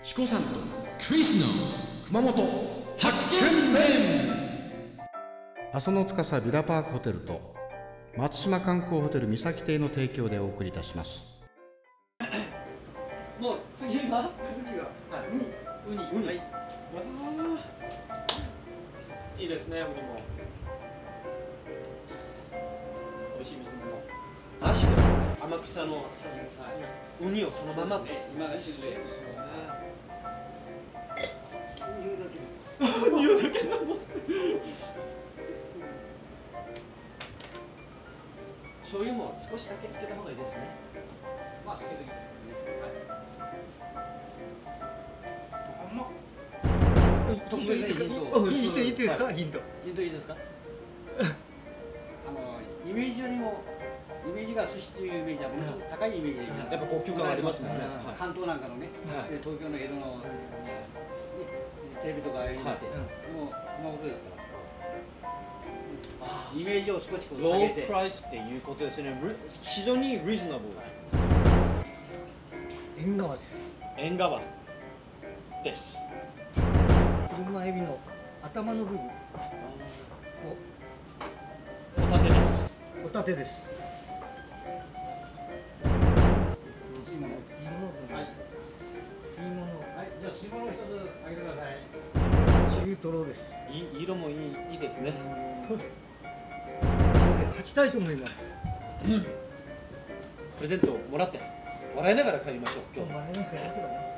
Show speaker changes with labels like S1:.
S1: チコさんとクリスの熊本発見面
S2: 阿蘇の司ビラパークホテルと松島観光ホテル三崎邸の提供でお送りいたします
S3: もう次は
S1: 次が
S3: はい
S1: ウニ
S3: ウニ
S1: ウニ
S3: はいわあいいですねウニも美味しい水菜もマジで天草の、ウニをそのままで今が旬でウニをだけなの醤油も少しだけつけた方がいいですねまあ好き好きですからね、はい
S4: ヒントいいですか
S3: ヒントヒ
S4: ヒントいいですかヒント
S3: ントいいですか
S5: あのイメージよりもイメージが寿司というイメージはものすごく高いイメージが、
S3: やっぱ高級感ありますもんね、
S4: は
S3: は
S5: 関東なんかのね、
S3: はい
S5: で東京の江戸の、ねテレビとかああいうのって、もう熊本ですから、イメージを少しこう
S3: い、ロ
S5: 下げ
S3: ー
S5: て
S3: プライスっていうことですねル非常にリーズナブ
S4: 縁側です
S3: ル縁側です
S4: 車エビの頭の部分を
S3: ホタテです
S4: ホタテです
S5: 水物です
S4: 水物分
S5: はい、
S4: 水物
S5: はい、じゃあ水物を一つあげてください
S4: 中トロです
S3: いい色もいいいいですね
S4: 勝ちたいと思います
S3: プレゼントをもらって笑いながら帰りましょう今
S4: 今
S3: 日
S4: 日もあれなんかやっちゃうかな